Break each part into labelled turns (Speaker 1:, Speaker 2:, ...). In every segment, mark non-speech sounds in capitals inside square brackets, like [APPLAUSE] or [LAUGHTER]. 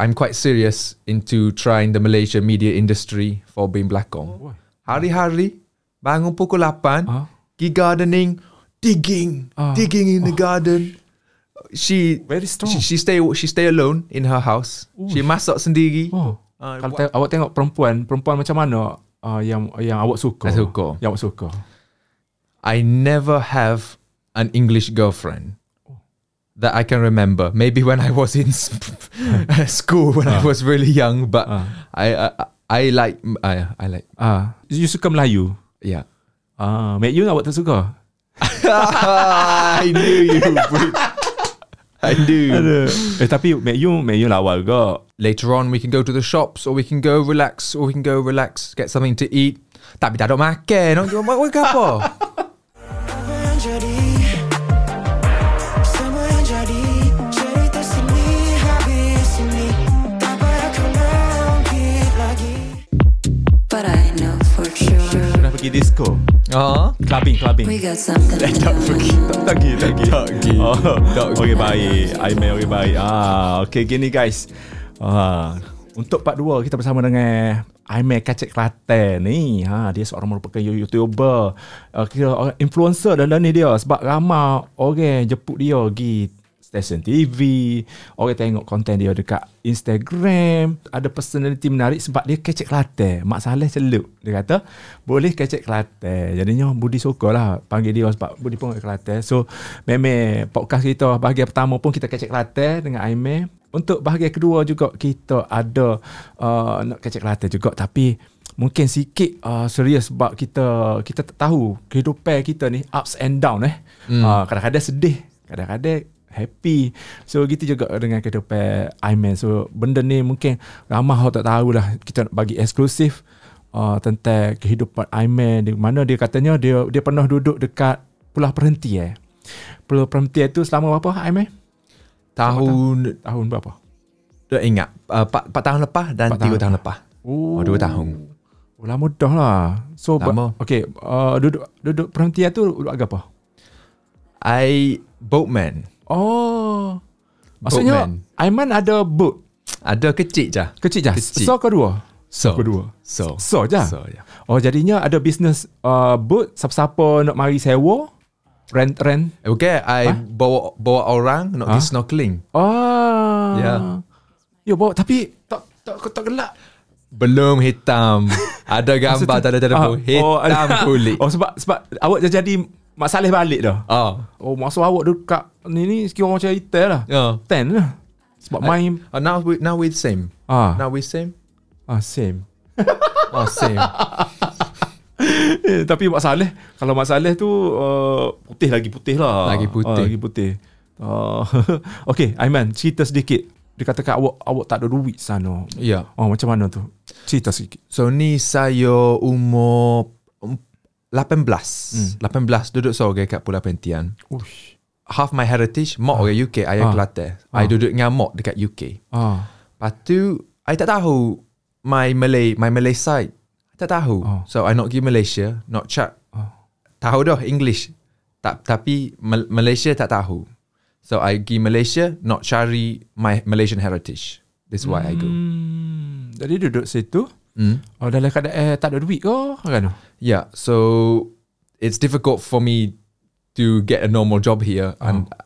Speaker 1: I'm quite serious into trying the Malaysia media industry for BIM Belakang. Hari-hari bangun pukul 8,
Speaker 2: Ah.
Speaker 1: pergi gardening, digging,
Speaker 2: Ah.
Speaker 1: digging in the garden. She
Speaker 2: Very strong.
Speaker 1: She, she stay she stay alone in her house. She masak sendiri.
Speaker 2: Oh.
Speaker 1: Ah,
Speaker 2: Kalau
Speaker 1: buat-
Speaker 2: te- awak tengok perempuan, perempuan macam mana uh, yang yang awak suka?
Speaker 1: Saya suka.
Speaker 2: Yang awak suka.
Speaker 1: I never have an English girlfriend
Speaker 2: Oh.
Speaker 1: that I can remember. Maybe when I was in s- [LAUGHS] school, when I
Speaker 2: Ah.
Speaker 1: was really young, but I, I I like I, I like
Speaker 2: Ah, uh, you suka Melayu.
Speaker 1: yeah.
Speaker 2: Ah, uh, Mek Yun awak tak suka.
Speaker 1: I knew you. Bri. I knew.
Speaker 2: eh tapi Mek Yun, Mek Yun lawa ke?
Speaker 1: Later on, we can go to the shops, or we can go relax, or we can go relax, get something to eat. Tapi tak ada makan. Nak makan apa?
Speaker 3: Apa yang jadi Semua yang jadi Cerita sini habis sini Tak payah kau langkit lagi
Speaker 4: But I know for sure
Speaker 2: Pernah pergi disco?
Speaker 1: Ah.
Speaker 2: Clubbing, clubbing.
Speaker 4: we got something to do.
Speaker 2: Tak pergi, tak pergi. Tak
Speaker 1: pergi.
Speaker 2: Oh, okay, baik. I may, okay, baik. Ah, okay, gini guys. Ah, untuk part 2 kita bersama dengan Aimee Kacik Kelate ni ha, Dia seorang merupakan YouTuber uh, Kira orang influencer dalam ni dia Sebab ramai orang jemput dia pergi stesen TV Orang tengok konten dia dekat Instagram Ada personality menarik sebab dia kecek Kelate Mak Saleh celup Dia kata boleh kecek Kelate Jadinya Budi suka lah panggil dia sebab Budi pun orang Kelate So memang podcast kita bahagian pertama pun kita kecek Kelate dengan Aimee untuk bahagian kedua juga kita ada uh, nak kecek Kelantan juga tapi mungkin sikit uh, serius sebab kita kita tak tahu kehidupan kita ni ups and down eh. Mm. Uh, kadang-kadang sedih, kadang-kadang happy. So gitu juga dengan kehidupan Iman. So benda ni mungkin ramai orang tak tahulah kita nak bagi eksklusif uh, tentang kehidupan Iman di mana dia katanya dia dia pernah duduk dekat Pulau Perhenti eh. Pulau Perhenti itu selama berapa Iman?
Speaker 1: Tahun
Speaker 2: Tahun berapa?
Speaker 1: Tak ingat uh, 4, 4 tahun lepas Dan 3 tahun,
Speaker 2: tahun
Speaker 1: lepas Oh
Speaker 2: Oh,
Speaker 1: 2 tahun
Speaker 2: Oh, lama dah lah. So,
Speaker 1: Lama.
Speaker 2: ba- okay, uh, duduk duduk perhentian tu duduk agak apa?
Speaker 1: I Boatman
Speaker 2: Oh. Maksudnya,
Speaker 1: Boatman.
Speaker 2: Aiman ada boat
Speaker 1: Ada kecil je
Speaker 2: kecil je.
Speaker 1: Kecil.
Speaker 2: So, kedua?
Speaker 1: So
Speaker 2: Kedua.
Speaker 1: So
Speaker 2: So, je?
Speaker 1: So yeah.
Speaker 2: Oh, jadinya ada bisnes uh, boat, siapa-siapa nak mari sewa, rent-rent.
Speaker 1: Okay I bawa bawa orang Nak pergi snorkeling
Speaker 2: Oh.
Speaker 1: Ya.
Speaker 2: Yo, bawa, tapi tak tak tak gelap.
Speaker 1: Belum hitam Ada gambar Tak ada tak ada
Speaker 2: Ah,
Speaker 1: pun
Speaker 2: [LAUGHS]
Speaker 1: Hitam
Speaker 2: ada.
Speaker 1: kulit
Speaker 2: Oh, sebab sebab awak dah jadi Mak Saleh balik dah.
Speaker 1: Oh
Speaker 2: Oh, masa awak dekat ni ni kira orang cari tan lah.
Speaker 1: Yeah.
Speaker 2: Tan lah. Sebab main
Speaker 1: Uh, now we now we same.
Speaker 2: Ah.
Speaker 1: Now we same.
Speaker 2: ah same.
Speaker 1: Oh [LAUGHS] same.
Speaker 2: [LAUGHS] Eh, tapi Mak Saleh, kalau Mak Saleh tu uh, putih lagi putih lah.
Speaker 1: Lagi putih.
Speaker 2: Ah, lagi putih. Uh, [LAUGHS] okay, Aiman, cerita sedikit. Dia katakan awak awak tak ada duit sana.
Speaker 1: yeah.
Speaker 2: Oh, macam mana tu? Cerita sedikit.
Speaker 1: So ni saya umur um, 18. Hmm. 18 duduk seorang kat Pulau Pentian.
Speaker 2: Ush.
Speaker 1: half my heritage mak orang UK ayah
Speaker 2: Ah.
Speaker 1: Kelantan. I duduk dengan mak dekat UK.
Speaker 2: Ah.
Speaker 1: Lepas tu I tak tahu my Malay my Malay side. I tak tahu.
Speaker 2: Ah.
Speaker 1: So I not pergi Malaysia, not chat. Tahu dah English. Tak tapi Mal- Malaysia tak tahu. So I pergi Malaysia not cari my Malaysian heritage. That's why I go.
Speaker 2: Hmm, jadi duduk situ.
Speaker 1: Hmm.
Speaker 2: Oh, dalam keadaan eh, tak ada duit ke? Kan?
Speaker 1: Yeah, so it's difficult for me to get a normal job here and uh,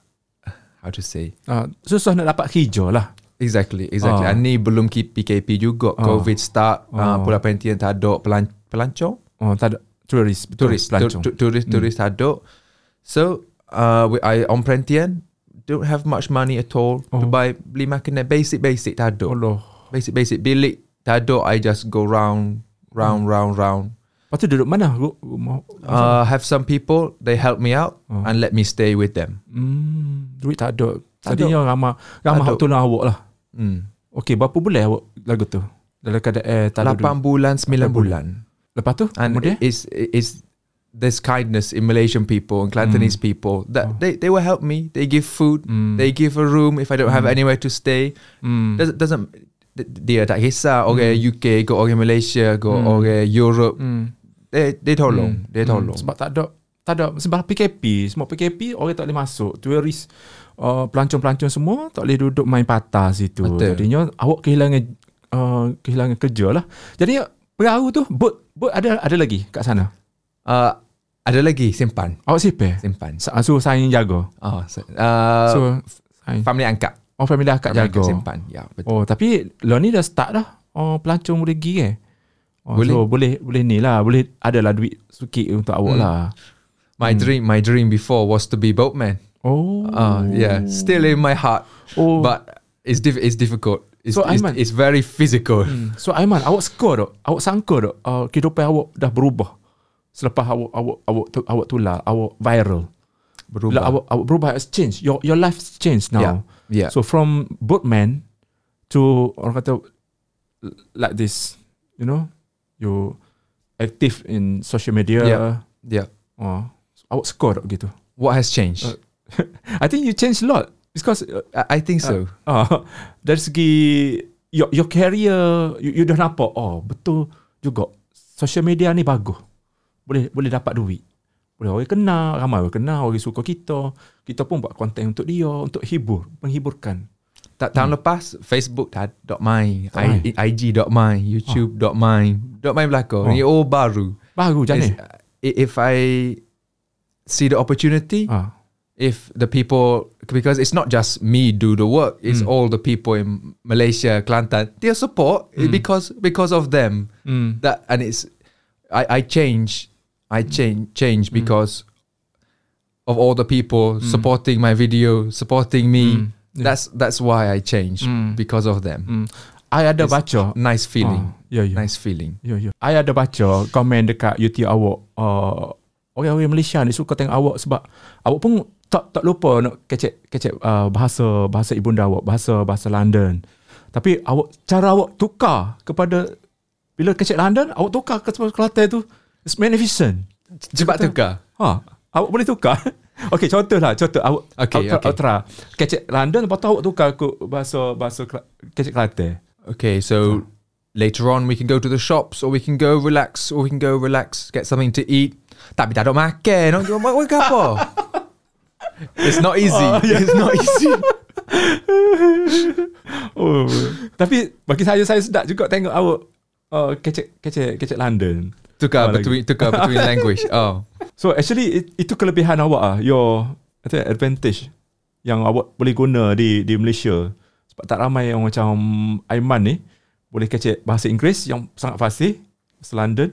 Speaker 1: how to say
Speaker 2: Ah, susah nak dapat kerja lah.
Speaker 1: Exactly, exactly.
Speaker 2: Ah.
Speaker 1: Ah. Ni belum ki- PKP juga. COVID start, ah. Pulau Pentian tak ada pelan, pelancong,
Speaker 2: Oh, tak ada turis, betul,
Speaker 1: turis, tu-
Speaker 2: pelancong.
Speaker 1: tu- turis, turis tak ada. So, uh, we, I on Pentian don't have much money at all.
Speaker 2: Oh.
Speaker 1: To buy beli makanan basic basic tak ada.
Speaker 2: Allah.
Speaker 1: Basic basic bilik tak ada. I just go round, round, round, round.
Speaker 2: Lepas tu duduk mana? Ru- Rumah.
Speaker 1: Uh, have some people they help me out and let me stay with them.
Speaker 2: Hmm, duit tak ada.
Speaker 1: Tak
Speaker 2: Tadinya ramah ramah
Speaker 1: Tak ada.
Speaker 2: hak tolong awak lah.
Speaker 1: Hmm.
Speaker 2: Okey, berapa bulan awak lagu tu? Dalam keadaan eh, tak ada duit.
Speaker 1: 8 bulan, 9 bulan.
Speaker 2: Lepas tu,
Speaker 1: and
Speaker 2: kemudian?
Speaker 1: it's it's there's kindness in Malaysian people and Cantonese people that they, they will help me. They give food, they give a room if I don't have anywhere to stay.
Speaker 2: Hmm.
Speaker 1: Doesn't, doesn't dia tak kisah orang
Speaker 2: Mm.
Speaker 1: UK,
Speaker 2: Mm.
Speaker 1: go orang Malaysia, go orang Europe. They they tolong, they tolong.
Speaker 2: Hmm, Sebab tak ada tak ada sebab PKP semua PKP orang tak boleh masuk turis uh, pelancong-pelancong semua tak boleh duduk main patah situ
Speaker 1: Betul.
Speaker 2: jadinya awak kehilangan uh, kehilangan kerja lah jadi perahu tu bot bot ada ada lagi kat sana
Speaker 1: Uh, ada lagi simpan.
Speaker 2: awak siapa
Speaker 1: Simpan.
Speaker 2: Sa- suruh saing jaga
Speaker 1: Oh, so, uh, so,
Speaker 2: so saing
Speaker 1: family angkat.
Speaker 2: oh family akak
Speaker 1: Family angkat
Speaker 2: jaga
Speaker 1: simpan. Ya, betul.
Speaker 2: Oh tapi lo ni dah start dah. Oh pelancong boleh pergi eh. Oh,
Speaker 1: Boleh.
Speaker 2: boleh. So, boleh boleh ni lah. Boleh adalah duit sikit untuk awak
Speaker 1: Hmm.
Speaker 2: lah.
Speaker 1: My
Speaker 2: mm.
Speaker 1: dream, my dream before was to be boatman.
Speaker 2: Oh.
Speaker 1: Uh, yeah, still in my heart,
Speaker 2: Oh.
Speaker 1: but it's diff- it's difficult. It's,
Speaker 2: So, Mm.
Speaker 1: it's,
Speaker 2: Aiman-
Speaker 1: it's very physical.
Speaker 2: So Aiman, awak skor tak? Awak sangka tak uh, kehidupan awak dah berubah selepas awak awak awak tu, awak tular, awak viral. Bila
Speaker 1: Berubah.
Speaker 2: awak awak berubah it's change. Your your life's changed now.
Speaker 1: Yeah. Yeah.
Speaker 2: So from boatman to orang kata like this, you know, you active in social media.
Speaker 1: Yeah. yeah.
Speaker 2: Oh, awak score tak gitu?
Speaker 1: What has
Speaker 2: Uh,
Speaker 1: changed?
Speaker 2: I think you change a lot because uh,
Speaker 1: I, I think so.
Speaker 2: uh, dari segi your your career you, you dah nampak oh betul juga social media ni bagus boleh boleh dapat duit boleh orang kenal ramai orang kenal orang suka kita kita pun buat konten untuk dia untuk hibur menghiburkan
Speaker 1: Ta- tahun lepas Facebook dah dot my,
Speaker 2: Hmm. Dot my. Ah.
Speaker 1: I, IG dot my, YouTube dot my, dot my belaka. Ini all baru.
Speaker 2: baru
Speaker 1: It's-
Speaker 2: jane
Speaker 1: i- If I see the opportunity,
Speaker 2: ah
Speaker 1: if the people because it's not just me do the work it's all the people in malaysia kelantan their support is because because of them
Speaker 2: Mm.
Speaker 1: that and it's i i change i change change because of all the people supporting my video supporting me that's that's why i change because of them
Speaker 2: hmm. I ada baca
Speaker 1: nice feeling
Speaker 2: Ah, ya, ya.
Speaker 1: nice feeling
Speaker 2: Ya, ya. I ada baca komen dekat YouTube awak. Uh, orang-orang Malaysia ni suka tengok awak sebab awak pun tak tak lupa nak kecek kecek uh, bahasa bahasa ibunda awak, bahasa bahasa London. Tapi awak cara awak tukar kepada bila kecek London, awak tukar ke sebab Kelantan tu. It's magnificent.
Speaker 1: cepat tukar
Speaker 2: Ha, awak boleh tukar. [LAUGHS] Okey, contohlah, contoh awak
Speaker 1: Okey,
Speaker 2: awak,
Speaker 1: okey.
Speaker 2: awak try. Kecek London lepas tu awak tukar ke bahasa bahasa Kela- kecek Kelantan.
Speaker 1: Okay, so later on we can go to the shops, or we can go relax, or we can go relax, get something to eat. Tapi tak ada makan. Nak jual makan ke apa? It's not easy. It's not easy.
Speaker 2: Oh. [LAUGHS] Tapi bagi saya saya sedap juga tengok awak uh, kecek kecek kecek London.
Speaker 1: Tukar
Speaker 2: Oh, lagi.
Speaker 1: between tukar between language. Oh,
Speaker 2: So actually it, itu kelebihan awak ah your kata advantage yang awak boleh guna di di Malaysia. Sebab tak ramai yang macam Aiman ni boleh kecek bahasa Inggeris yang sangat fasih, bahasa London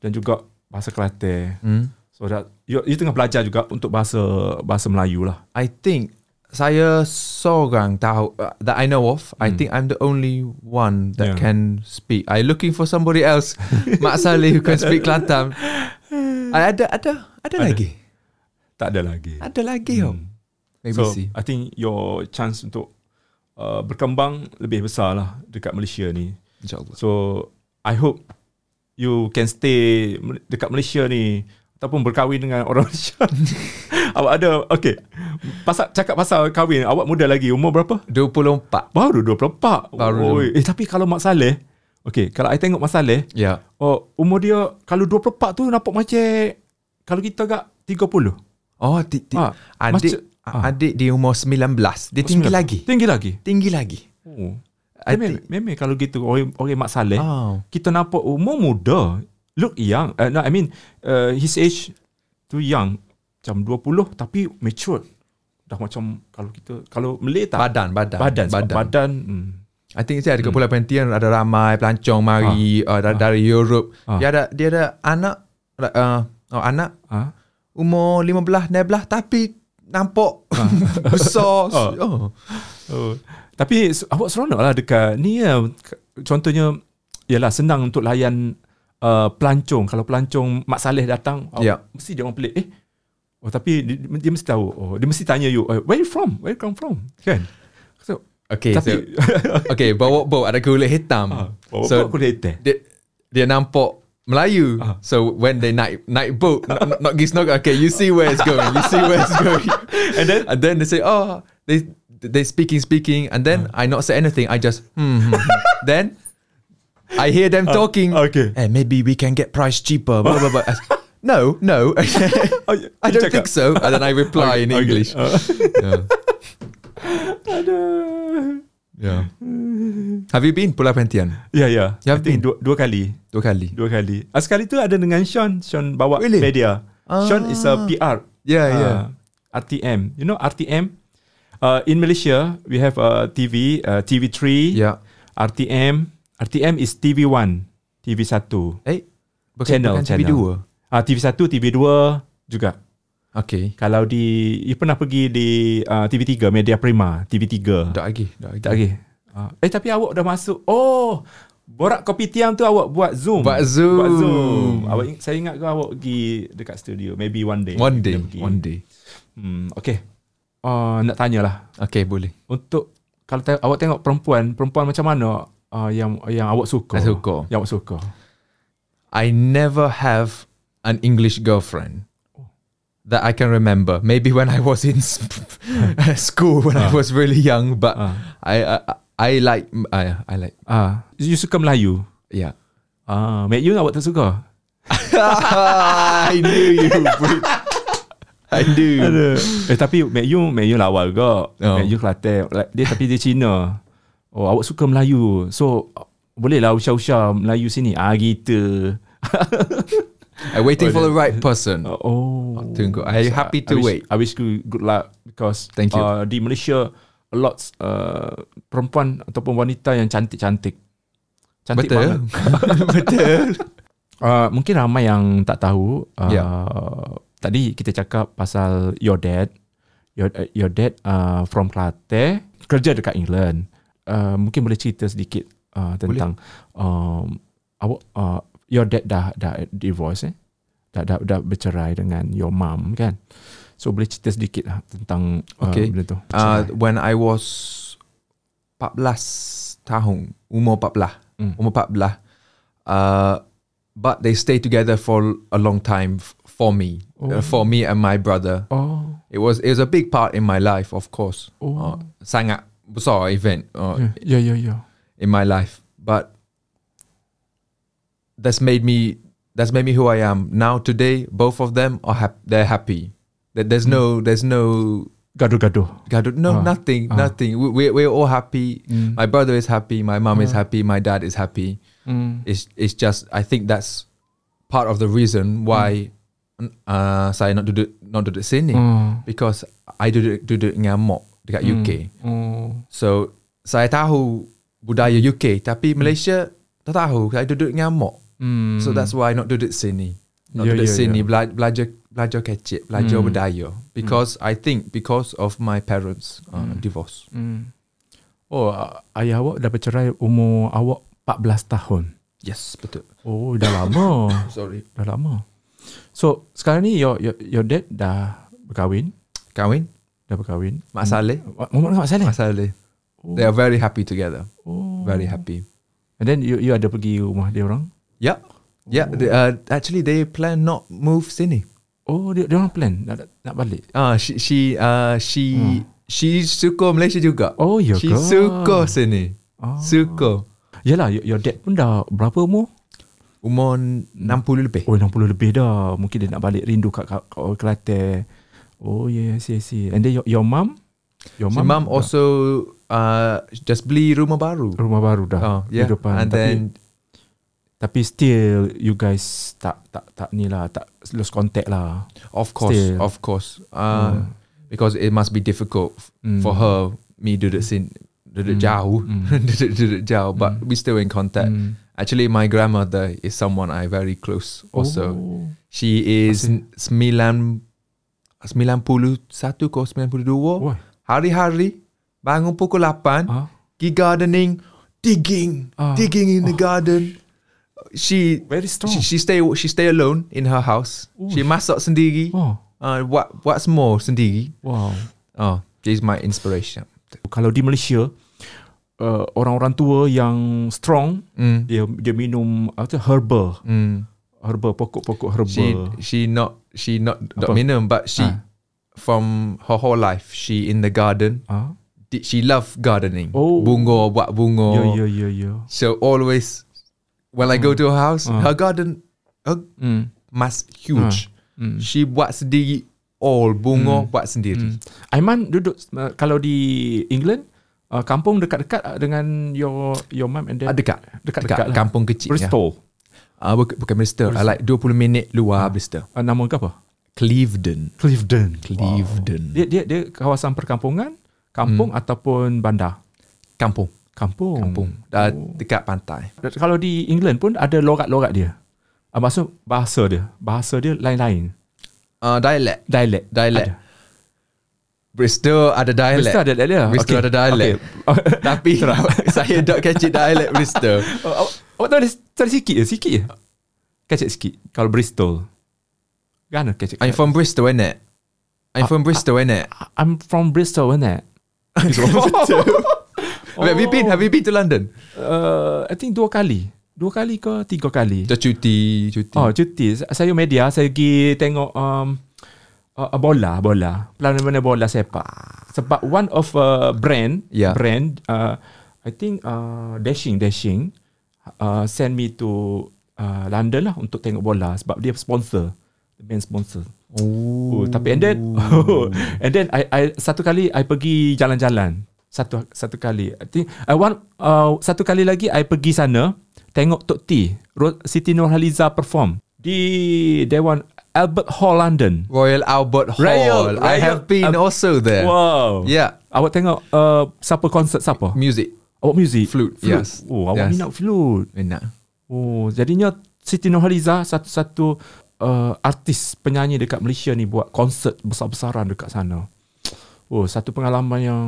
Speaker 2: dan juga bahasa Kelantan.
Speaker 1: Hmm.
Speaker 2: So that you, you tengah belajar juga untuk bahasa bahasa Melayu lah.
Speaker 1: I think saya seorang tahu uh, that I know of. I think I'm the only one that
Speaker 2: Yeah.
Speaker 1: can speak. I looking for somebody else. Mak Saleh who can speak Kelantan. I ada ada ada lagi.
Speaker 2: Tak ada lagi.
Speaker 1: Ada lagi oh. Maybe
Speaker 2: So
Speaker 1: see.
Speaker 2: I think your chance untuk uh, berkembang lebih besar lah dekat Malaysia ni.
Speaker 1: InsyaAllah.
Speaker 2: So I hope you can stay Mal- dekat Malaysia ni ataupun berkahwin dengan orang [LAUGHS] Malaysia. awak ada okay. Pasal cakap pasal kahwin, awak muda lagi umur berapa?
Speaker 1: 24.
Speaker 2: Baru 24.
Speaker 1: Baru.
Speaker 2: Oi. Eh tapi kalau Mak Saleh, okay, kalau I tengok Mak Saleh,
Speaker 1: Ya.
Speaker 2: oh, umur dia kalau 24 tu nampak macam kalau kita agak 30.
Speaker 1: Oh, di, di,
Speaker 2: Ah,
Speaker 1: adik
Speaker 2: macam- ah.
Speaker 1: adik di umur 19. Dia tinggi lagi.
Speaker 2: Tinggi lagi.
Speaker 1: Tinggi lagi.
Speaker 2: Oh.
Speaker 1: I
Speaker 2: Memang,
Speaker 1: think-
Speaker 2: memang kalau gitu orang orang Mak Saleh
Speaker 1: Oh.
Speaker 2: kita nampak umur muda look young uh, no, I mean uh, his age tu young macam 20 tapi mature dah macam kalau kita kalau Malay tak
Speaker 1: Badan, badan.
Speaker 2: badan sebab
Speaker 1: badan.
Speaker 2: badan hmm.
Speaker 1: I think saya ada kepulauan Perhentian ada ramai pelancong mari ah. uh, dari, dari Europe.
Speaker 2: Ah.
Speaker 1: Dia ada dia ada anak uh, oh, anak
Speaker 2: ha?
Speaker 1: umur 15, 16 tapi nampak [LAUGHS] besar.
Speaker 2: Ah.
Speaker 1: Ah. [LAUGHS] Oh.
Speaker 2: oh. tapi s- awak seronok lah dekat ni ya K- contohnya ialah senang untuk layan uh, pelancong kalau pelancong Mak Saleh datang oh,
Speaker 1: Ya.
Speaker 2: mesti dia orang pelik eh oh tapi dia, dia mesti tahu oh dia mesti tanya you eh, where you from where you come from kan so
Speaker 1: Okay,
Speaker 2: Tapi-
Speaker 1: Eh, so, okay, bawa bawa ada kulit hitam.
Speaker 2: [LAUGHS] Ah, so, kulit hitam.
Speaker 1: dia dia nampak Melayu.
Speaker 2: Ah.
Speaker 1: So when they naik naik
Speaker 2: [LAUGHS]
Speaker 1: boat, not, not- not gis not okay, you see where it's going. You see where it's going. and then and then they say, "Oh, they they speaking speaking." And then
Speaker 2: Ah.
Speaker 1: I not say anything. I just hmm. hmm,
Speaker 2: [LAUGHS]
Speaker 1: hmm." then I hear them talking.
Speaker 2: Ah, okay. [LAUGHS]
Speaker 1: Hey, maybe we can get price cheaper. Blah blah blah. I s- no, no, [LAUGHS]
Speaker 2: Oh, you-
Speaker 1: I
Speaker 2: you
Speaker 1: don't think
Speaker 2: cakap.
Speaker 1: so. And then I reply in
Speaker 2: Okay. [LAUGHS]
Speaker 1: English.
Speaker 2: Ah.
Speaker 1: Yeah.
Speaker 2: Aduh.
Speaker 1: yeah. Have you been Pulau Pentian?
Speaker 2: Ya, ya.
Speaker 1: You
Speaker 2: I
Speaker 1: have
Speaker 2: think
Speaker 1: been?
Speaker 2: dua, dua kali.
Speaker 1: Dua kali.
Speaker 2: Dua kali. Ah, sekali tu ada dengan Sean. Sean bawa
Speaker 1: Really?
Speaker 2: media. Sean is
Speaker 1: Ah.
Speaker 2: a PR.
Speaker 1: Yeah,
Speaker 2: Ah,
Speaker 1: yeah.
Speaker 2: RTM. You know RTM? Uh, in Malaysia, we have uh, TV, uh, TV3,
Speaker 1: Yeah.
Speaker 2: RTM. RTM is TV1, TV1.
Speaker 1: Eh, bukan,
Speaker 2: Channel,
Speaker 1: bukan TV
Speaker 2: channel.
Speaker 1: dua.
Speaker 2: Ah, TV1, TV2 juga.
Speaker 1: Okay.
Speaker 2: Kalau di, you pernah pergi di uh, TV3, Media Prima, TV3.
Speaker 1: Tak lagi, tak lagi.
Speaker 2: Tak lagi. Ah. Eh tapi awak dah masuk. Oh, borak kopi tiam tu awak buat Zoom.
Speaker 1: Buat Zoom.
Speaker 2: Buat Zoom. Awak ing- saya ingat ke awak pergi dekat studio maybe one day.
Speaker 1: One day,
Speaker 2: Kita pergi.
Speaker 1: one day.
Speaker 2: Hmm, okay. Uh, nak tanyalah
Speaker 1: Okay, boleh.
Speaker 2: untuk kalau te- awak tengok perempuan, perempuan macam mana uh, yang yang awak suka?
Speaker 1: Saya suka.
Speaker 2: Yang awak suka.
Speaker 1: I never have an English girlfriend that I can remember. Maybe when I was in s- [LAUGHS] school, when I was really young, but
Speaker 2: Ah.
Speaker 1: I, I I like I, I like
Speaker 2: Ah, you suka Melayu.
Speaker 1: yeah.
Speaker 2: Ah, Mak Yun awak tak suka?
Speaker 1: I knew [LAUGHS] you. would. I knew.
Speaker 2: eh tapi Mak Yun, Mak Yun lawa ke?
Speaker 1: Oh.
Speaker 2: Mak Yun Kelantan. Like, Dia tapi dia Cina. Oh, awak suka Melayu. So, boleh lah usah-usah Melayu sini. Ah, gitu.
Speaker 1: I'm waiting for the right person.
Speaker 2: Oh.
Speaker 1: Tunggu. I happy to
Speaker 2: I wish,
Speaker 1: wait.
Speaker 2: I wish you good luck because
Speaker 1: Thank you.
Speaker 2: Uh, di Malaysia, a lot uh, perempuan ataupun wanita yang cantik-cantik. Cantik banget.
Speaker 1: Betul. Betul.
Speaker 2: Uh, mungkin ramai yang tak tahu. Uh,
Speaker 1: Ya.
Speaker 2: Tadi kita cakap pasal your dad. Your, uh, your dad uh, from Kelate, kerja dekat England. Uh, mungkin boleh cerita sedikit uh, tentang um, awak, uh, your dad dah dah divorce eh? Dah, dah dah bercerai dengan your mum kan. So boleh cerita sedikit lah tentang uh,
Speaker 1: Okay.
Speaker 2: benda tu.
Speaker 1: uh,
Speaker 2: Bercerai.
Speaker 1: when I was 14 tahun, umur 14,
Speaker 2: Mm.
Speaker 1: umur 14, uh, but they stayed together for a long time f- for me, uh, for me and my brother.
Speaker 2: oh,
Speaker 1: It was it was a big part in my life, of course.
Speaker 2: oh. Hmm.
Speaker 1: Uh, sangat besar event uh,
Speaker 2: ya ya ya.
Speaker 1: in my life, but that's made me that's made me who I am now. Today, both of them are hap- they're happy. There-
Speaker 2: Hmm.
Speaker 1: There's no there's no
Speaker 2: Gaduh-gaduh.
Speaker 1: God, no,
Speaker 2: Ah,
Speaker 1: nothing,
Speaker 2: ah.
Speaker 1: nothing. We, we're, we're all happy.
Speaker 2: Mm.
Speaker 1: My brother is happy. My mom
Speaker 2: Ah.
Speaker 1: is happy. My dad is happy.
Speaker 2: Mm.
Speaker 1: It's, it's just, I think that's part of the reason why uh, saya nak duduk, not duduk sini.
Speaker 2: Mm.
Speaker 1: Because I duduk, duduk dengan mak dekat UK.
Speaker 2: Oh.
Speaker 1: So, saya tahu budaya UK. Tapi Malaysia, tak tahu. Saya duduk dengan mak.
Speaker 2: Mm.
Speaker 1: So, that's why not duduk sini. Not
Speaker 2: Yeah,
Speaker 1: duduk
Speaker 2: yeah,
Speaker 1: sini.
Speaker 2: yeah.
Speaker 1: Bela- Belajar, belajar kecil. Belajar
Speaker 2: Mm.
Speaker 1: budaya. Because I think, because of my parents' uh, divorce.
Speaker 2: Hmm. Oh, uh, ayah awak dah bercerai umur awak 14 tahun.
Speaker 1: Yes, uh, betul.
Speaker 2: Oh, dah lama.
Speaker 1: Sorry.
Speaker 2: dah lama. So, sekarang ni your, your, your dad dah berkahwin.
Speaker 1: Kahwin,
Speaker 2: Dah berkahwin.
Speaker 1: Mak Saleh.
Speaker 2: Mak Mak Mak Saleh?
Speaker 1: Mak Saleh. They are very happy together.
Speaker 2: Oh.
Speaker 1: Very happy.
Speaker 2: And then you you ada pergi rumah dia orang?
Speaker 1: Yeah. Yeah, they, uh, actually they plan not move Sydney.
Speaker 2: Oh, dia, dia orang plan nak, nak balik.
Speaker 1: Ah, she she uh, she she suka Malaysia juga.
Speaker 2: Mm. Oh, ya
Speaker 1: She
Speaker 2: ke?
Speaker 1: suka Sydney.
Speaker 2: Ah.
Speaker 1: Suka.
Speaker 2: Yelah, your, your dad pun dah berapa umur?
Speaker 1: Umur 60 lebih.
Speaker 2: Oh, 60 lebih dah. Mungkin dia nak balik rindu kat, kat, kat orang Kelantan. Oh, yes, yes, yes. And then your, your mum? Your
Speaker 1: My mum also uh, just beli rumah baru.
Speaker 2: rumah baru dah
Speaker 1: Oh, yeah.
Speaker 2: kehidupan
Speaker 1: And
Speaker 2: tapi
Speaker 1: then
Speaker 2: tapi still you guys tak tak tak ni lah tak lose contact lah
Speaker 1: Of course,
Speaker 2: Still. Oh.
Speaker 1: of course. Uh, Because it must be difficult f-
Speaker 2: Mm.
Speaker 1: for her, me duduk sin, duduk jauh, [LAUGHS] duduk, duduk jauh.
Speaker 2: Mm.
Speaker 1: But we still in contact.
Speaker 2: Hmm.
Speaker 1: Actually, my grandmother is someone I very close also.
Speaker 2: Oh.
Speaker 1: She is sembilan, sembilan puluh satu ke sembilan puluh dua.
Speaker 2: Wah.
Speaker 1: Hari-hari bangun pukul lapan,
Speaker 2: Ah.
Speaker 1: pergi gardening, digging,
Speaker 2: Ah.
Speaker 1: digging in the garden. She
Speaker 2: Very strong.
Speaker 1: She, she stay she stay alone in her house. She masak sendiri.
Speaker 2: Oh.
Speaker 1: Uh, what what's more sendiri?
Speaker 2: wow
Speaker 1: Oh, she's my inspiration.
Speaker 2: kalau di Malaysia uh, orang-orang tua yang strong
Speaker 1: Mm.
Speaker 2: dia dia minum apa tu, herba
Speaker 1: Mm.
Speaker 2: herba pokok-pokok herba
Speaker 1: She she not she not
Speaker 2: Apa?
Speaker 1: tak minum, but she
Speaker 2: Ah.
Speaker 1: from her whole life she in the garden.
Speaker 2: ah
Speaker 1: Di- She love gardening.
Speaker 2: Oh.
Speaker 1: Bungo, buat bungo.
Speaker 2: ya ya ya ya Mm. Ah.
Speaker 1: So always when I go to her house, her garden, her
Speaker 2: hmm
Speaker 1: mas huge.
Speaker 2: Ah. Mm.
Speaker 1: She buat sendiri all bunga buat sendiri.
Speaker 2: Aiman duduk uh, kalau di England uh, kampung dekat-dekat uh, dengan your your mum and dad.
Speaker 1: Ah, dekat.
Speaker 2: dekat
Speaker 1: Dekat
Speaker 2: dekat lah.
Speaker 1: kampung kecil, ya.
Speaker 2: Bristol.
Speaker 1: Ah bukan, bukan Bristol, ah, like 20 minit luar Bristol.
Speaker 2: Uh, nama ke apa?
Speaker 1: Clevedon.
Speaker 2: Clifden.
Speaker 1: Clevedon.
Speaker 2: Dia dia dia kawasan perkampungan, kampung ataupun bandar.
Speaker 1: Kampung. Hmm.
Speaker 2: Kampung.
Speaker 1: Kampung. Ah, dekat pantai.
Speaker 2: Kalau di England pun ada lorat-lorat dia. Uh, maksud bahasa dia. Bahasa dia lain-lain.
Speaker 1: Ah dialect.
Speaker 2: Dialek.
Speaker 1: Dialect.
Speaker 2: Ada.
Speaker 1: Bristol ada dialect.
Speaker 2: Bristol ada dialect lah. dia?
Speaker 1: Bristol
Speaker 2: Okay.
Speaker 1: ada dialect.
Speaker 2: Okay.
Speaker 1: Tapi [LAUGHS] saya tak kecil dialect Bristol.
Speaker 2: [LAUGHS] Oh, awak, awak tahu ada cara sikit je? Sikit je? Kacik sikit. Kalau Bristol. Gana kacik?
Speaker 1: I'm from Bristol, innit? I'm from Bristol,
Speaker 2: [LAUGHS]
Speaker 1: innit?
Speaker 2: I'm from Bristol, isn't it?
Speaker 1: [LAUGHS] Oh, Have you been? Have you been to London?
Speaker 2: [LAUGHS] Uh, I think dua kali. Dua kali ke tiga kali.
Speaker 1: Dah cuti, cuti.
Speaker 2: Oh, cuti. Sa- Saya media, saya pergi tengok um, uh, uh, bola, bola. Pelan-pelan bola sepak. Sebab one of uh, brand,
Speaker 1: Yeah.
Speaker 2: brand, uh, I think uh, Dashing, Dashing, uh, send me to uh, London lah untuk tengok bola. Sebab dia sponsor. The main sponsor. Oh, tapi and then [LAUGHS] and then I I satu kali I pergi jalan-jalan. Satu satu kali. I think I want uh, satu kali lagi I pergi sana tengok Tok T Ro- Siti Nurhaliza perform di Dewan Albert Hall London.
Speaker 1: Royal Albert Hall.
Speaker 2: Royal-
Speaker 1: I
Speaker 2: Royal
Speaker 1: have been
Speaker 2: Al-
Speaker 1: also there.
Speaker 2: Wow.
Speaker 1: Yeah.
Speaker 2: Awak tengok uh, siapa konsert siapa?
Speaker 1: Music.
Speaker 2: Awak music
Speaker 1: Flute,
Speaker 2: flute.
Speaker 1: yes.
Speaker 2: Oh, awak
Speaker 1: Yes.
Speaker 2: minat flute.
Speaker 1: Enak.
Speaker 2: Oh, jadinya Siti Nurhaliza satu-satu uh, artis penyanyi dekat Malaysia ni buat konsert besar-besaran dekat sana. Oh, satu pengalaman yang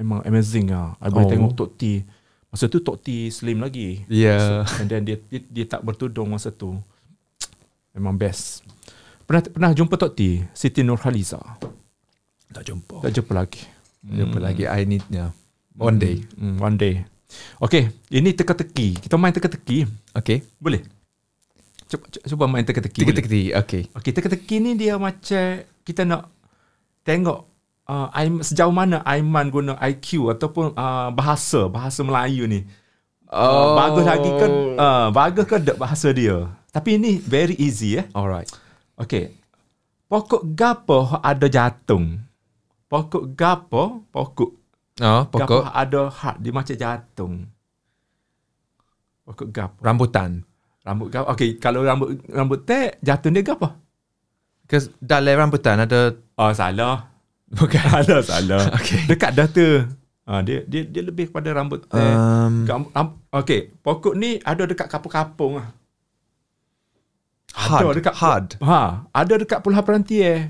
Speaker 2: memang amazing lah. I
Speaker 1: Oh.
Speaker 2: boleh oh. tengok Tok T. Masa tu Tok T slim lagi.
Speaker 1: Yeah.
Speaker 2: And then dia, dia dia tak bertudung masa tu. Memang best. Pernah pernah jumpa Tok T, Siti Nurhaliza.
Speaker 1: Tak jumpa.
Speaker 2: Tak jumpa lagi.
Speaker 1: Tak jumpa lagi. I need yeah. One day.
Speaker 2: Hmm, one day. Okay, ini teka-teki. Kita main teka-teki.
Speaker 1: Okay.
Speaker 2: Boleh? Cuba, cuba main teka-teki. boleh?
Speaker 1: Tiki-tiki. Okay.
Speaker 2: Okay, teka-teki ni dia macam kita nak tengok uh, Aim, sejauh mana Aiman guna IQ ataupun uh, bahasa, bahasa Melayu ni. Uh,
Speaker 1: Oh.
Speaker 2: Bagus lagi ke, uh, bagus ke tak bahasa dia. Tapi ini very easy eh.
Speaker 1: Alright.
Speaker 2: Okay. Pokok gapo ada jatung. Pokok gapo, pokok.
Speaker 1: Oh,
Speaker 2: Pokok
Speaker 1: pokok.
Speaker 2: ada hak, dia macam jatung. Pokok gapo.
Speaker 1: Rambutan.
Speaker 2: Rambut gapo. Okay, kalau rambut rambut tek, jatung dia gapo?
Speaker 1: Because dalai rambutan ada
Speaker 2: Oh, salah.
Speaker 1: bukan.
Speaker 2: [LAUGHS] Salah salah.
Speaker 1: Okay.
Speaker 2: Dekat data. Ha, dia dia dia lebih kepada rambut teh.
Speaker 1: Um,
Speaker 2: Gam- ram- okay, pokok ni ada dekat kapung-kapung ah.
Speaker 1: hard.
Speaker 2: Ada dekat
Speaker 1: hard.
Speaker 2: Ha, ada dekat pulau peranti eh.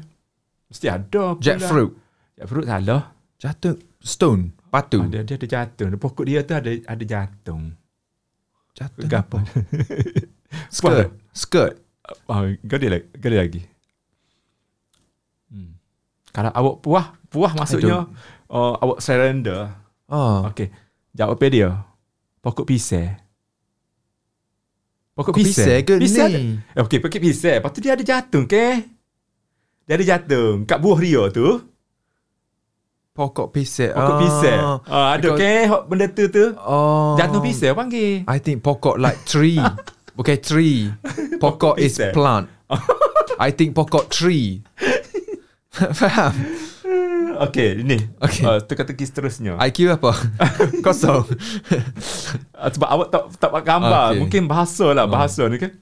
Speaker 2: Mesti ada. pula.
Speaker 1: Jackfruit.
Speaker 2: Jackfruit salah.
Speaker 1: Jatuh. Stone. Batu.
Speaker 2: Ada dia ada jatung. Pokok dia tu ada ada jatung.
Speaker 1: Jatuh.
Speaker 2: [LAUGHS] Gapo?
Speaker 1: Skirt. Skirt.
Speaker 2: Ah, gadi lagi. Gadi lagi. Hmm. Kalau awak puah, puah maksudnya uh, awak surrender.
Speaker 1: Oh.
Speaker 2: Okey. Jawapan dia. Pokok pisai. Pokok
Speaker 1: Pokok pisai ke ni?
Speaker 2: ada- Eh, Okey, pokok pisai. Lepas tu dia ada jatung ke? Dia ada jatung kat buah dia tu.
Speaker 1: Pokok pisai.
Speaker 2: Pokok
Speaker 1: Ah.
Speaker 2: pisai. Ah, ada
Speaker 1: Because-
Speaker 2: ke hok benda tu tu?
Speaker 1: Oh.
Speaker 2: Jatung pisai panggil.
Speaker 1: I think pokok like
Speaker 2: [LAUGHS]
Speaker 1: tree. okay, tree. Pokok is
Speaker 2: pisang. [LAUGHS]
Speaker 1: plant. I think pokok tree. Faham?
Speaker 2: Okey, ini.
Speaker 1: Okey.
Speaker 2: Uh, teka-teki seterusnya.
Speaker 1: IQ
Speaker 2: [LAUGHS]
Speaker 1: apa? Kosong.
Speaker 2: Uh, sebab awak tak tak buat gambar.
Speaker 1: Okey. Ah.
Speaker 2: Okay. Mungkin bahasa lah, bahasa ni kan.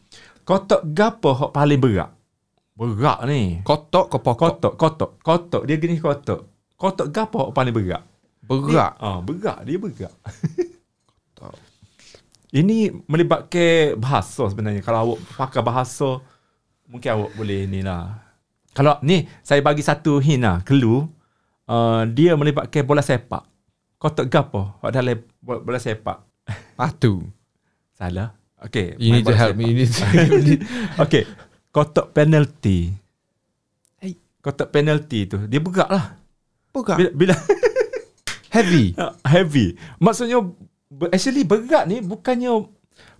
Speaker 2: Kotak gapo hok paling berat? Berat ni.
Speaker 1: [LAUGHS] Kotok ke pokok?
Speaker 2: Kotak, kotak, kotak. Dia jenis kotak. Kotak gapo hok paling berat?
Speaker 1: Berat.
Speaker 2: Ah, berat dia berat. [LAUGHS] Ini melibatkan bahasa sebenarnya. Kalau awak pakai bahasa mungkin awak boleh ni lah. Kalau ni saya bagi satu hint lah, clue. Uh, dia melibatkan bola sepak. Kotak gapo? Hak dalam bo- bola sepak.
Speaker 1: Patu.
Speaker 2: Salah. Okay.
Speaker 1: You
Speaker 2: main
Speaker 1: need to
Speaker 2: bola
Speaker 1: help
Speaker 2: sepak.
Speaker 1: me. You need to [LAUGHS] help me.
Speaker 2: [LAUGHS] Okay. Kotak penalty.
Speaker 1: Hey.
Speaker 2: Kotak penalty tu. Dia bergerak lah. Bila,
Speaker 1: Berat.
Speaker 2: bila [LAUGHS]
Speaker 1: Heavy.
Speaker 2: heavy. Maksudnya be- actually berat ni bukannya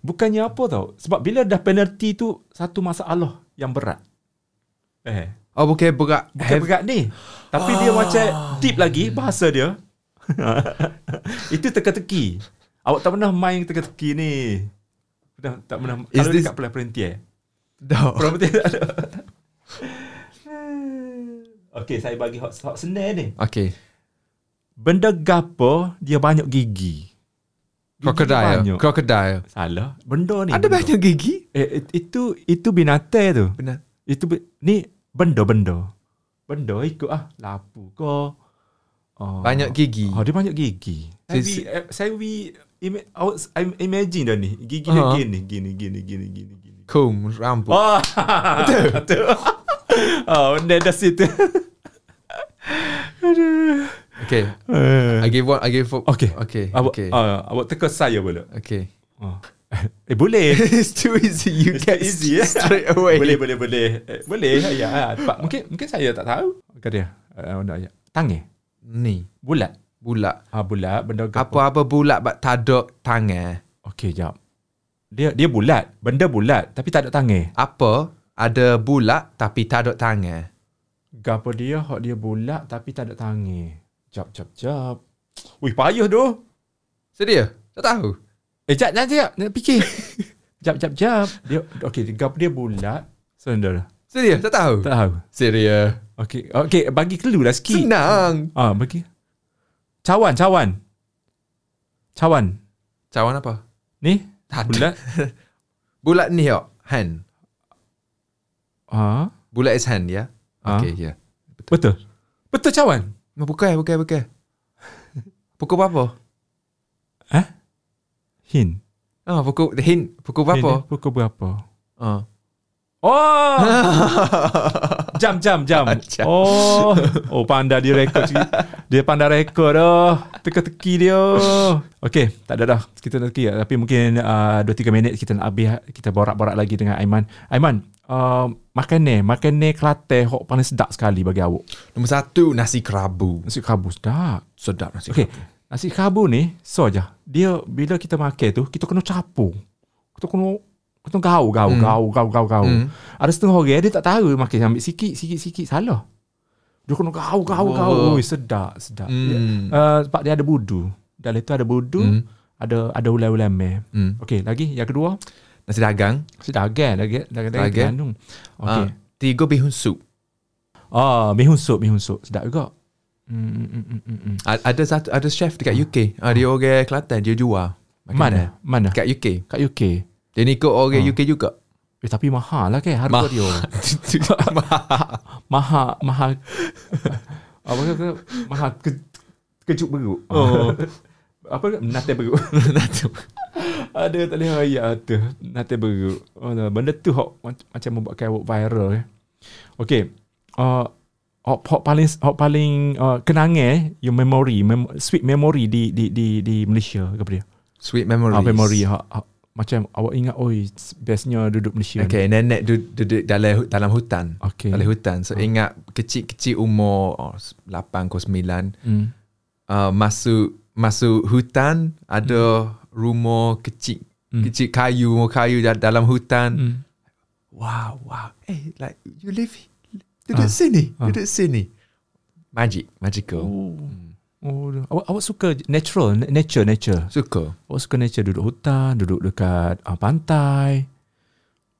Speaker 2: bukannya apa tau. Sebab bila dah penalty tu satu masalah yang berat. Eh,
Speaker 1: Oh, bukan berat.
Speaker 2: bukan
Speaker 1: Heavy.
Speaker 2: berat ni. Tapi dia macam deep lagi bahasa dia. [LAUGHS] Itu teka-teki. Awak tak pernah main teka-teki ni. Dah, tak pernah.
Speaker 1: Is
Speaker 2: kalau
Speaker 1: this-
Speaker 2: dekat Pulau Perhentian.
Speaker 1: No.
Speaker 2: Property tak ada. [LAUGHS] Okey, saya bagi hot, hot senar ni.
Speaker 1: [LAUGHS] Okay.
Speaker 2: Benda gapo dia banyak gigi. Gigi
Speaker 1: Crocodile.
Speaker 2: banyak.
Speaker 1: Crocodile.
Speaker 2: Salah. Benda ni.
Speaker 1: Ada
Speaker 2: benda.
Speaker 1: banyak gigi?
Speaker 2: Eh, it- itu itu binatang tu.
Speaker 1: Benar.
Speaker 2: Itu be- ni benda-benda. Benda ikut ah lapu ke. Oh.
Speaker 1: Banyak gigi.
Speaker 2: Oh, dia banyak gigi. Saya
Speaker 1: Sis-
Speaker 2: we, eh, saya we ima- I was- I imagine dah ni. Gigi
Speaker 1: Ah.
Speaker 2: dia gini, gini, gini, gini, gini, gini.
Speaker 1: Comb, rambut.
Speaker 2: Oh, tu. [LAUGHS] tu. oh, benda dah situ. Aduh.
Speaker 1: Okay. I give one. I give four.
Speaker 2: Okay.
Speaker 1: Okay.
Speaker 2: Awak,
Speaker 1: Eh. okay.
Speaker 2: ah, awak teka saya pula.
Speaker 1: okay. [LAUGHS]
Speaker 2: Oh. Eh, boleh.
Speaker 1: it's too easy. You
Speaker 2: It's
Speaker 1: get [LAUGHS]
Speaker 2: too easy, eh?
Speaker 1: straight away.
Speaker 2: boleh, boleh, boleh. Eh, boleh. Ya, ah, cepat. Mungkin mungkin saya tak tahu. Kata dia. Uh, ayat. Tangan.
Speaker 1: Ni
Speaker 2: Bulat.
Speaker 1: bulat.
Speaker 2: Ah, bulat. Benda gapo.
Speaker 1: Apa-apa bulat but tak ada tangan.
Speaker 2: Okey, jap. Dia dia bulat. Benda bulat tapi tak ada tangan.
Speaker 1: Apa ada bulat tapi tak ada tangan.
Speaker 2: Gapo dia hak dia bulat tapi tak ada tangan. Jap, jap, jap. Wih, payah doh.
Speaker 1: Sedia? Tak tahu.
Speaker 2: Eh, jap, jap, jap. Nak [LAUGHS] fikir. jap, jap, jap. Dia, okey, gapo dia bulat. Sendal.
Speaker 1: Sedia? Tak tahu.
Speaker 2: Tak tahu.
Speaker 1: Sedia.
Speaker 2: Okey, okey, bagi clue lah sikit.
Speaker 1: Senang.
Speaker 2: Ah, bagi. Cawan, cawan. Cawan.
Speaker 1: Cawan apa?
Speaker 2: Ni?
Speaker 1: Tak ada.
Speaker 2: Bulat.
Speaker 1: Bulat ni ya. Hand.
Speaker 2: ah,
Speaker 1: Bulat is hand ya.
Speaker 2: Ah.
Speaker 1: Okay, yeah.
Speaker 2: betul. Betul cawan.
Speaker 1: No, bukan, bukan, bukan. [LAUGHS] Pukul apa?
Speaker 2: Hin.
Speaker 1: Ah, pukul hint. Pukul
Speaker 2: Hin,
Speaker 1: apa?
Speaker 2: Pukul berapa?
Speaker 1: Ah. [LAUGHS]
Speaker 2: Oh. jam jam jam.
Speaker 1: Ah, Jam.
Speaker 2: Oh. Oh pandai dia rekod. sikit. Dia pandai rekod dah. Teka-teki dia. oh. Okey, tak ada dah. Kita nak teki tapi mungkin uh, 2 3 minit kita nak habis kita borak-borak lagi dengan Aiman. Aiman, uh, makan ni, makan ni Kelantan hok paling sedap sekali bagi awak.
Speaker 1: Nombor satu, nasi kerabu.
Speaker 2: Nasi kabus sedap.
Speaker 1: Sedap nasi
Speaker 2: Okey,
Speaker 1: kerabu.
Speaker 2: nasi kabur ni so je. Dia bila kita makan tu, kita kena capur. Kita kena kita gau gau
Speaker 1: Hmm.
Speaker 2: hmm. gau gau gau gau.
Speaker 1: Hmm.
Speaker 2: Hmm. Ada setengah orang dia tak tahu makan ambil sikit sikit sikit salah. Dia kena gau gau
Speaker 1: Oh.
Speaker 2: gau. Ui sedap sedap.
Speaker 1: Hmm.
Speaker 2: Dia, uh, sebab dia ada budu. Dalam tu ada budu,
Speaker 1: Hmm.
Speaker 2: hmm. ada ada ulai-ulai meh.
Speaker 1: Hmm.
Speaker 2: Okey, lagi yang kedua,
Speaker 1: Nasi dagang.
Speaker 2: si dagang, dagang dagang dagang
Speaker 1: Dagang.
Speaker 2: Terengganu.
Speaker 1: Okay.
Speaker 2: Okey.
Speaker 1: Ah, tiga bihun soup.
Speaker 2: Ah, mihun sup, mihun sup. Sedap juga. Hmm, Hmm, hmm, hmm, hmm, hmm.
Speaker 1: A- Ada satu ada chef dekat UK. Ah, dia orang Kelantan, dia jual.
Speaker 2: Mana? Mana?
Speaker 1: Dekat UK.
Speaker 2: Kat UK.
Speaker 1: Dia ni ikut orang UK
Speaker 2: [LAUGHS]
Speaker 1: juga.
Speaker 2: Eh, tapi mahal lah kan harga
Speaker 1: Mahal.
Speaker 2: [LAUGHS] dia. mahal, mahal. apa kata? Mahal ke, kejuk beruk. Oh. [LAUGHS] apa kata? Nate beruk. [LAUGHS] Nate beruk. Ada tak boleh raya tu. Nate beruk. Oh, no. benda tu hok, mac- macam membuatkan awak viral. Eh. Okay. Uh, hok, hok paling hok paling uh, kenangan eh, your memory, mem, sweet memory di di di di Malaysia ke apa dia?
Speaker 1: Sweet memories.
Speaker 2: Ah, memory hok, hok, macam awak ingat oi bestnya duduk Malaysia. ni.
Speaker 1: Okay, nenek du- duduk dalam hu- dalam hutan.
Speaker 2: Okay.
Speaker 1: Dalam hutan.
Speaker 2: Ah.
Speaker 1: So ingat kecil-kecil umur oh, 8 ke 9
Speaker 2: Hmm.
Speaker 1: uh, masuk masuk hutan
Speaker 2: Hmm.
Speaker 1: ada rumah kecil kecil kayu rumah kayu da- dalam hutan.
Speaker 2: Hmm.
Speaker 1: Wow, wow. Eh, like you live
Speaker 2: Ah.
Speaker 1: duduk sini, duduk sini. Magic, magical.
Speaker 2: Oh. Oh, dah. awak, awak suka natural, na- nature, nature.
Speaker 1: Suka.
Speaker 2: Awak suka nature duduk hutan, duduk dekat uh, pantai.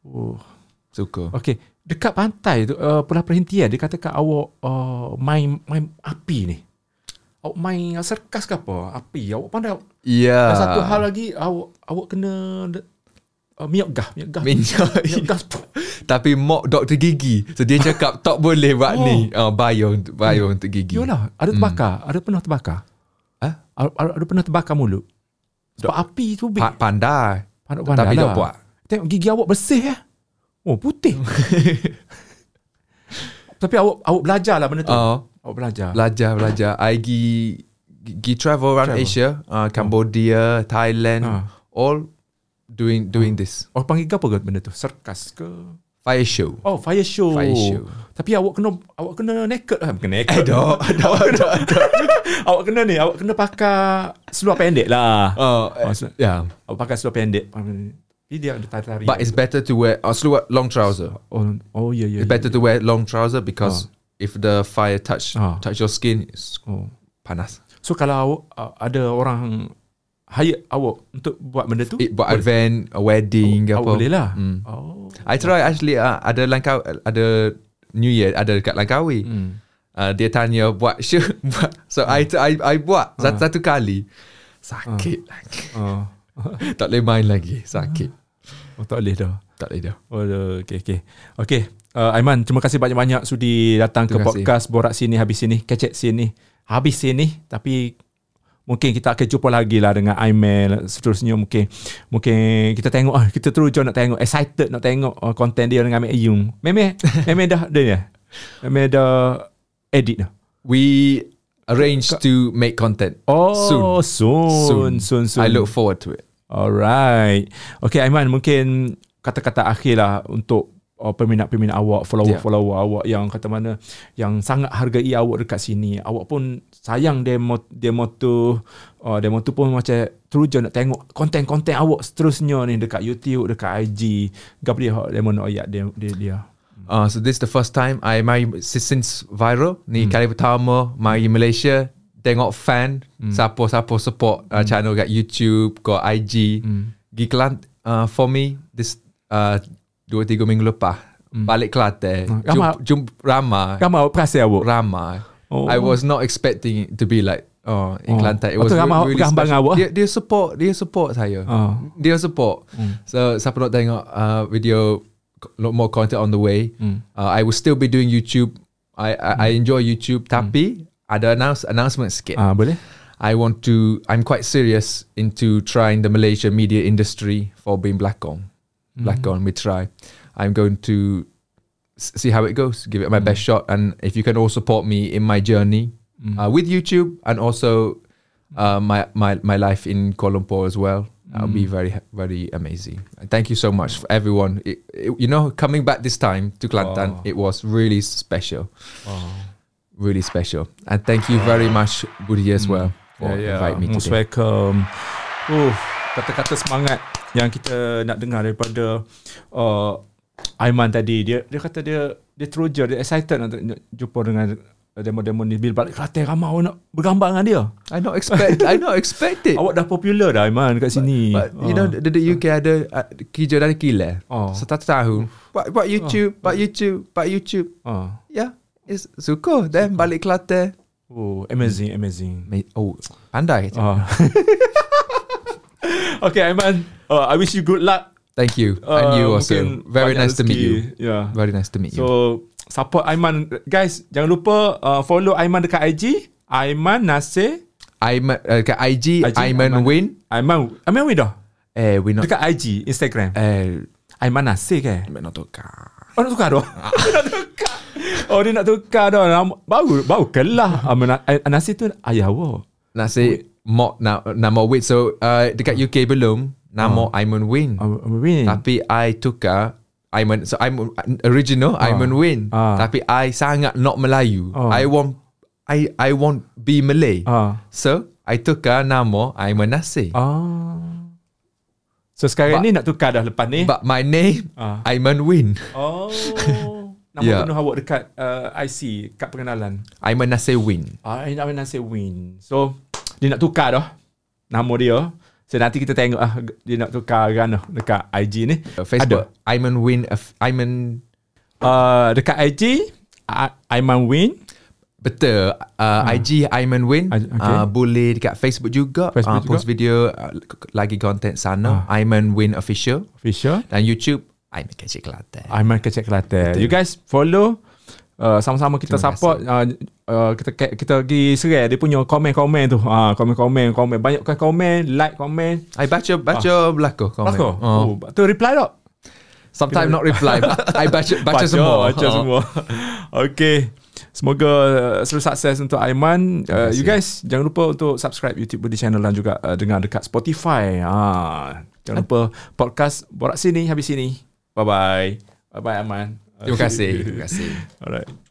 Speaker 2: Oh,
Speaker 1: Suka.
Speaker 2: okey. Dekat pantai tu uh, pernah perhentian dia katakan awak uh, main main api ni. Awak main serkas ke apa? Api. Awak pandai.
Speaker 1: Ya.
Speaker 2: Uh. Satu hal lagi awak awak kena uh, minyak gas, minyak gas. minyak
Speaker 1: Minyak.
Speaker 2: gas. tu.
Speaker 1: Tapi mock doktor gigi. So dia cakap tak boleh buat
Speaker 2: Oh. Hmm.
Speaker 1: ni. Uh, bio untuk bio untuk gigi.
Speaker 2: Yolah, ada terbakar. Ada pernah terbakar?
Speaker 1: Hah?
Speaker 2: Ada, ada ada pernah terbakar mulut. Sebab api tu big.
Speaker 1: Pa- pandai.
Speaker 2: Pandai-pandai
Speaker 1: Tapi
Speaker 2: lah.
Speaker 1: tak buat.
Speaker 2: Tengok gigi awak bersih eh.
Speaker 1: [LAUGHS]
Speaker 2: Oh, putih. Tapi awak awak belajar lah benda tu.
Speaker 1: Oh.
Speaker 2: Awak belajar.
Speaker 1: Belajar belajar. I gi gi travel around
Speaker 2: Travel.
Speaker 1: Asia, uh, Cambodia, Thailand,
Speaker 2: Ah.
Speaker 1: all doing doing this
Speaker 2: Orang panggil apa ke benda tu? Serkas ke?
Speaker 1: fire show.
Speaker 2: [LAUGHS] Oh, fire show.
Speaker 1: Fire show.
Speaker 2: Tapi awak kena awak kena naked lah. Bukan naked.
Speaker 1: Eh, dah, dah, dah, dah.
Speaker 2: [LAUGHS] awak kena ni, awak kena pakai seluar pendek lah.
Speaker 1: [LAUGHS] Oh, eh,
Speaker 2: Maksud-
Speaker 1: yeah.
Speaker 2: Awak pakai seluar pendek. Tapi dia ada tari-tari.
Speaker 1: But it's better to wear uh, seluar long trouser.
Speaker 2: oh, oh, ya, ya.
Speaker 1: It's
Speaker 2: ya.
Speaker 1: better to wear long trouser because if the fire touch
Speaker 2: Ah.
Speaker 1: touch your skin, it's
Speaker 2: Oh.
Speaker 1: panas.
Speaker 2: So, kalau uh, ada orang hire awak untuk buat benda tu,
Speaker 1: It, buat event, Eh, a wedding, apa.
Speaker 2: awak Oh, boleh lah.
Speaker 1: Mm.
Speaker 2: Oh.
Speaker 1: I try actually uh, ada Langkawi ada New Year ada dekat Langkawi.
Speaker 2: Hmm.
Speaker 1: Uh, dia tanya buat sure [LAUGHS] buat. So I, I I buat
Speaker 2: Hmm.
Speaker 1: satu, satu kali. Sakit lagi. [LAUGHS]
Speaker 2: Oh.
Speaker 1: tak boleh main lagi. Sakit.
Speaker 2: oh tak boleh dah.
Speaker 1: Tak boleh dah.
Speaker 2: Oh, dah. okay, okay. Okay, uh, Aiman, terima kasih banyak-banyak sudi datang
Speaker 1: Terima
Speaker 2: ke
Speaker 1: kasih.
Speaker 2: podcast Borak Sini, Habis Sini, Kecek Sini, Habis Sini. Tapi mungkin kita akan jumpa lagi lah dengan Aiman seterusnya. Mungkin mungkin kita tengok, ah, kita teruja nak tengok, excited nak tengok ah, konten dia dengan Mek Yung. Memang, memang dah dia ni? Memang dah edit dah?
Speaker 1: We arrange to make content.
Speaker 2: Oh,
Speaker 1: soon.
Speaker 2: soon. Soon, soon, soon.
Speaker 1: I look forward to it.
Speaker 2: Alright. Okay Aiman mungkin kata-kata akhir lah untuk uh, peminat-peminat awak, follower-follower awak yang kata mana yang sangat hargai awak dekat sini. Awak pun sayang demo demo tu uh, demo tu pun macam teruja nak tengok konten-konten awak seterusnya ni dekat YouTube, dekat IG. Gap dia hak demo nak ayat dia dia. dia.
Speaker 1: Uh, so this is the first time I my since viral ni
Speaker 2: Hmm.
Speaker 1: kali pertama my Malaysia tengok fan
Speaker 2: Hmm.
Speaker 1: siapa-siapa support uh, channel kat YouTube, kat IG.
Speaker 2: Hmm.
Speaker 1: Gi Kelant uh, for me this uh, dua tiga minggu lepas balik Kelantan.
Speaker 2: Ah, Hmm. ramai.
Speaker 1: Jump, jump ramai.
Speaker 2: Kamu awak perasan awak.
Speaker 1: Ramai.
Speaker 2: Oh.
Speaker 1: I was not expecting it to be like oh in
Speaker 2: Oh.
Speaker 1: Kelantan. It
Speaker 2: Oh,
Speaker 1: was re-
Speaker 2: tu ramai
Speaker 1: really
Speaker 2: gambar
Speaker 1: special.
Speaker 2: dengan awak.
Speaker 1: Dia, dia support, dia support saya.
Speaker 2: Oh.
Speaker 1: Dia support. So siapa nak tengok uh, video lot more content on the way. Uh, I will still be doing YouTube. I I, I enjoy YouTube tapi ada announce announcement sikit.
Speaker 2: Ah boleh?
Speaker 1: I want to I'm quite serious into trying the Malaysia media industry for being black on. Black on we try. I'm going to s- see how it goes, give it my best shot and if you can all support me in my journey uh, with YouTube and also uh, my, my my life in Kuala Lumpur as well. That would be very ha- very amazing. And Thank you so much for everyone. It, it, you know, coming back this time to Kelantan,
Speaker 2: Wow.
Speaker 1: it was really special really special. And thank you very much, Budi,
Speaker 2: Mm.
Speaker 1: as well, for inviting me
Speaker 2: Ya, Most
Speaker 1: today.
Speaker 2: welcome. Uh, kata-kata semangat yang kita nak dengar daripada uh, Aiman tadi. Dia dia kata dia dia teruja, dia excited nak, nak jumpa dengan demo-demo ni bila balik Kelantan ramai orang nak bergambar dengan dia.
Speaker 1: I not expect. I not expect
Speaker 2: [LAUGHS]
Speaker 1: it.
Speaker 2: Awak dah popular dah Aiman kat
Speaker 1: Eh.
Speaker 2: sini. Ah.
Speaker 1: But you know, the, the UK ada uh, kerja dari kila.
Speaker 2: Oh.
Speaker 1: Satu tahun. Buat buat YouTube, buat YouTube, buat YouTube.
Speaker 2: uh,
Speaker 1: Yeah, it's suka. Then balik Kelantan.
Speaker 2: oh, amazing, amazing.
Speaker 1: Ma- Oh, pandai. je. [LAUGHS]
Speaker 2: Uh. okay, Aiman. Uh, I wish you good luck.
Speaker 1: Thank you. and you also.
Speaker 2: Uh, mungkin
Speaker 1: Very
Speaker 2: banyak
Speaker 1: nice to meet
Speaker 2: rezeki.
Speaker 1: you.
Speaker 2: Yeah.
Speaker 1: Very nice to meet you.
Speaker 2: So support Aiman guys jangan lupa uh, follow Aiman dekat IG Aiman Nasir
Speaker 1: I'm uh, kat IG,
Speaker 2: IG,
Speaker 1: Iman
Speaker 2: Aiman.
Speaker 1: Win.
Speaker 2: Aiman Aiman weh dah
Speaker 1: Eh, we not.
Speaker 2: dekat IG Instagram
Speaker 1: Eh,
Speaker 2: Aiman Nasir ke
Speaker 1: not tukar.
Speaker 2: oh nak [LAUGHS] tukar dah nak tukar oh dia nak tukar dah Nama, baru baru kelah Aiman Ai- Nasir tu ayah awak
Speaker 1: Nasi mod na, nama Win. So uh, dekat UK belum nama Aiman Win.
Speaker 2: Aiman Oh. Win.
Speaker 1: Tapi I tukar Aiman so I'm original Aiman Win.
Speaker 2: Ah.
Speaker 1: Tapi I sangat not Melayu.
Speaker 2: Oh.
Speaker 1: I want I I want be Malay.
Speaker 2: Ah.
Speaker 1: So I tukar nama Aiman Nasi.
Speaker 2: ah so sekarang
Speaker 1: But-
Speaker 2: ni nak tukar dah lepas ni
Speaker 1: But my name
Speaker 2: Ah.
Speaker 1: Aiman Win.
Speaker 2: [LAUGHS] oh nama
Speaker 1: Yeah.
Speaker 2: penuh awak dekat uh, IC kat pengenalan
Speaker 1: Aiman Nasi Win.
Speaker 2: Ah, I nak say win. So, dia nak tukar dah nama dia. So, nanti kita tengok ah dia nak tukar kan dekat IG ni.
Speaker 1: Uh, Facebook Aiman Win of- Aiman
Speaker 2: Uh, dekat IG, I- Aiman Win.
Speaker 1: Betul uh, IG Aiman Win
Speaker 2: Hmm. I- okay.
Speaker 1: uh, Boleh dekat Facebook juga
Speaker 2: Facebook Ah.
Speaker 1: uh, Post video uh, Lagi konten sana Aiman Win Official
Speaker 2: Fisher.
Speaker 1: Dan YouTube Aiman Kecil Kelantan
Speaker 2: Aiman Kecik Kelantan. You guys follow. Uh, sama-sama kita
Speaker 1: Terima
Speaker 2: support uh, uh, kita ke- kita pergi serai dia punya komen-komen tu ah komen-komen komen banyak komen like komen
Speaker 1: I baca Baca belaka komen
Speaker 2: Bagus.
Speaker 1: Oh.
Speaker 2: Ah. oh. tu reply tak
Speaker 1: Sometimes not reply but I baca Baca,
Speaker 2: baca,
Speaker 1: semua
Speaker 2: Baca
Speaker 1: Oh.
Speaker 2: semua. [LAUGHS] Okay. Semoga uh, selalu sukses untuk Aiman. Uh, you guys jangan lupa untuk subscribe YouTube Budi channel dan juga uh, dengar dekat Spotify. Ha. Jangan lupa podcast borak sini habis sini. Bye bye. Bye bye Aiman. [LAUGHS]
Speaker 1: Terima kasih Terima kasih
Speaker 2: Alright.